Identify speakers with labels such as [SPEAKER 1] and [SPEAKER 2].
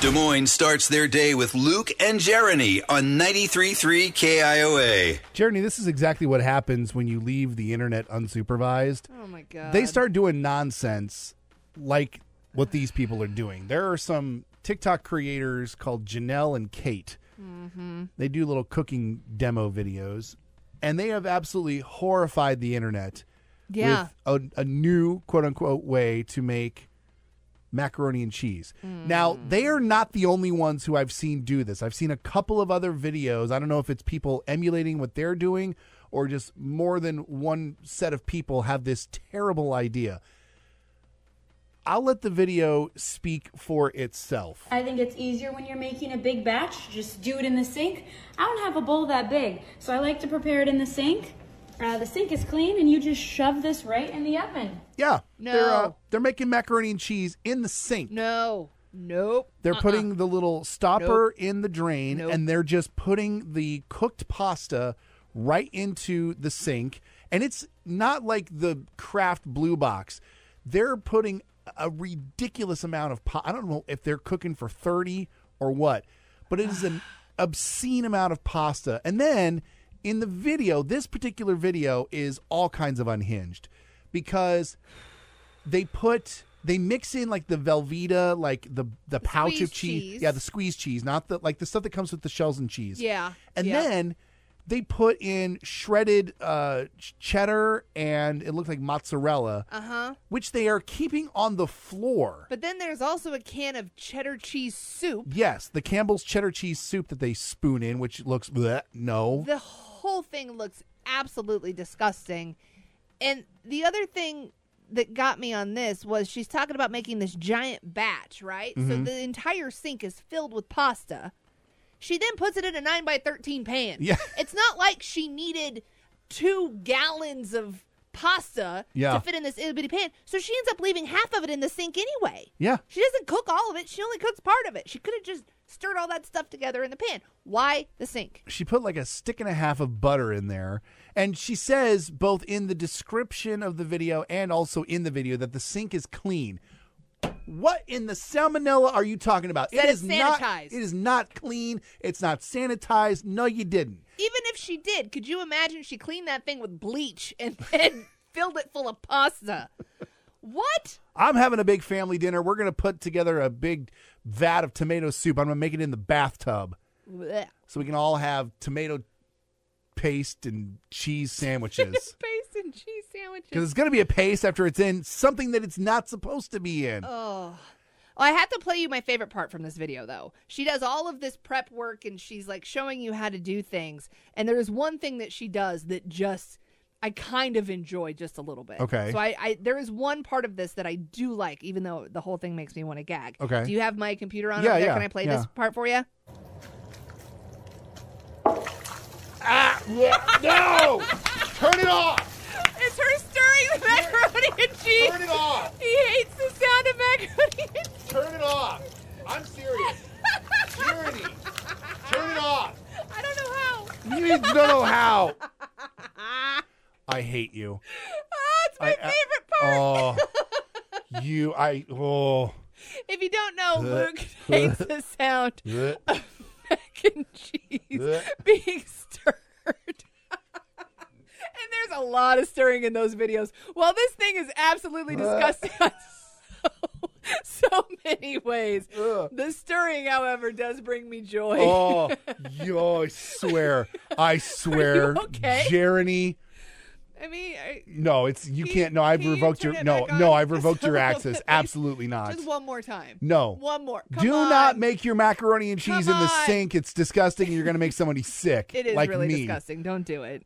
[SPEAKER 1] Des Moines starts their day with Luke and Jeremy on 93.3 KIOA.
[SPEAKER 2] Jeremy, this is exactly what happens when you leave the internet unsupervised.
[SPEAKER 3] Oh my god.
[SPEAKER 2] They start doing nonsense like what these people are doing. There are some TikTok creators called Janelle and Kate.
[SPEAKER 3] Mm-hmm.
[SPEAKER 2] They do little cooking demo videos, and they have absolutely horrified the internet
[SPEAKER 3] Yeah.
[SPEAKER 2] with a, a new quote unquote way to make macaroni and cheese. Now,
[SPEAKER 3] Hmm.
[SPEAKER 2] they are not the only ones who I've seen do this. I've seen a couple of other videos. I don't know if it's people emulating what they're doing or just more than one set of people have this terrible idea. I'll let the video speak for itself.
[SPEAKER 4] I think it's easier when you're making a big batch, just do it in the sink. I don't have a bowl that big, so I like to prepare it in the sink. Uh, the sink is clean, and you just shove this right in the oven.
[SPEAKER 2] Yeah. They're,
[SPEAKER 3] No.
[SPEAKER 2] uh, they're making macaroni and cheese in the sink.
[SPEAKER 3] no. Nope.
[SPEAKER 2] They're putting the little stopper in the drain and they're just putting the cooked pasta right into the sink. And it's not like the Kraft Blue Box. They're putting a ridiculous amount of pasta. I don't know if they're cooking for 30 or what, but it is an obscene amount of pasta. And then in the video, this particular video is all kinds of unhinged because they put they mix in like the Velveeta, like the the pouch of
[SPEAKER 3] squeezed
[SPEAKER 2] cheese.
[SPEAKER 3] cheese.
[SPEAKER 2] yeah, the squeezed cheese, not the like the stuff that comes with the shells and cheese.
[SPEAKER 3] Yeah,
[SPEAKER 2] and
[SPEAKER 3] yeah.
[SPEAKER 2] then they put in shredded uh, ch- cheddar and it looked like mozzarella, uh-huh. which they are keeping on the floor.
[SPEAKER 3] But then there's also a can of cheddar cheese soup.
[SPEAKER 2] Yes, the Campbell's cheddar cheese soup that they spoon in, which looks bleh, no.
[SPEAKER 3] The whole thing looks absolutely disgusting. And the other thing that got me on this was she's talking about making this giant batch, right?
[SPEAKER 2] Mm-hmm.
[SPEAKER 3] So the entire sink is filled with pasta. She then puts it in a 9 by 13 pan.
[SPEAKER 2] Yeah.
[SPEAKER 3] It's not like she needed 2 gallons of pasta
[SPEAKER 2] Yeah.
[SPEAKER 3] to fit in this itty bitty pan. So she ends up leaving half of it in the sink anyway.
[SPEAKER 2] Yeah.
[SPEAKER 3] She doesn't cook all of it. She only cooks part of it. She could have just stirred all that stuff together in the pan. Why the sink?
[SPEAKER 2] she put like a stick and a half of butter in there. And she says, both in the description of the video and also in the video, that the sink is clean. What in the salmonella are you talking about?
[SPEAKER 3] Said
[SPEAKER 2] it
[SPEAKER 3] it's
[SPEAKER 2] is not.
[SPEAKER 3] sanitized.
[SPEAKER 2] It is not clean. It's not sanitized. No, you didn't.
[SPEAKER 3] Even if she did, could you imagine she cleaned that thing with bleach and then filled it full of pasta? What?
[SPEAKER 2] I'm having a big family dinner. We're gonna put together a big vat of tomato soup. I'm gonna make it in the bathtub
[SPEAKER 3] Blech.
[SPEAKER 2] so we can all have tomato paste and cheese sandwiches.
[SPEAKER 3] Paste and cheese
[SPEAKER 2] Because
[SPEAKER 3] sandwiches.
[SPEAKER 2] it's gonna be a paste after it's in something that it's not supposed to be in.
[SPEAKER 3] Oh, I have to play you my favorite part from this video, though. She does all of this prep work and she's like showing you how to do things. And there is one thing that she does that just I kind of enjoy just a little bit.
[SPEAKER 2] Okay.
[SPEAKER 3] So I, I there is one part of this that I do like, even though the whole thing makes me want to gag.
[SPEAKER 2] Okay.
[SPEAKER 3] Do you have my computer on?
[SPEAKER 2] Yeah,
[SPEAKER 3] over there?
[SPEAKER 2] yeah,
[SPEAKER 3] Can I play
[SPEAKER 2] yeah.
[SPEAKER 3] this part for you?
[SPEAKER 2] No! Turn it off!
[SPEAKER 3] It's her stirring the macaroni and cheese.
[SPEAKER 2] Turn it off!
[SPEAKER 3] He hates the sound of macaroni and cheese.
[SPEAKER 2] Turn it off! I'm serious. Tyranny! Turn it off!
[SPEAKER 3] I don't know how.
[SPEAKER 2] You don't know how. I hate you.
[SPEAKER 3] Ah, it's my
[SPEAKER 2] I- I-
[SPEAKER 3] favorite part.
[SPEAKER 2] Oh. You, I, oh.
[SPEAKER 3] if you don't know,
[SPEAKER 2] Blech.
[SPEAKER 3] Luke hates the sound
[SPEAKER 2] Blech.
[SPEAKER 3] mac and cheese
[SPEAKER 2] Blech.
[SPEAKER 3] being stirred. and there's a lot of stirring in those videos. Well, this thing is absolutely disgusting on so, so many ways.
[SPEAKER 2] Ugh.
[SPEAKER 3] The stirring, however, does bring me joy.
[SPEAKER 2] Oh, yo, I swear. I swear.
[SPEAKER 3] okay?
[SPEAKER 2] Jeremy.
[SPEAKER 3] I mean, I,
[SPEAKER 2] No, it's, you
[SPEAKER 3] Can
[SPEAKER 2] can't, no,
[SPEAKER 3] you-
[SPEAKER 2] I've
[SPEAKER 3] can you
[SPEAKER 2] revoked your,
[SPEAKER 3] turn it
[SPEAKER 2] no,
[SPEAKER 3] back
[SPEAKER 2] no,
[SPEAKER 3] on?
[SPEAKER 2] I've revoked your
[SPEAKER 3] Please.
[SPEAKER 2] access. Absolutely not.
[SPEAKER 3] just one more time.
[SPEAKER 2] No.
[SPEAKER 3] One more. Come
[SPEAKER 2] Do
[SPEAKER 3] on.
[SPEAKER 2] not make your macaroni and cheese
[SPEAKER 3] Come
[SPEAKER 2] in the
[SPEAKER 3] on.
[SPEAKER 2] sink. It's disgusting. and You're going to make somebody sick.
[SPEAKER 3] It is
[SPEAKER 2] like
[SPEAKER 3] really
[SPEAKER 2] me.
[SPEAKER 3] disgusting. Don't do it.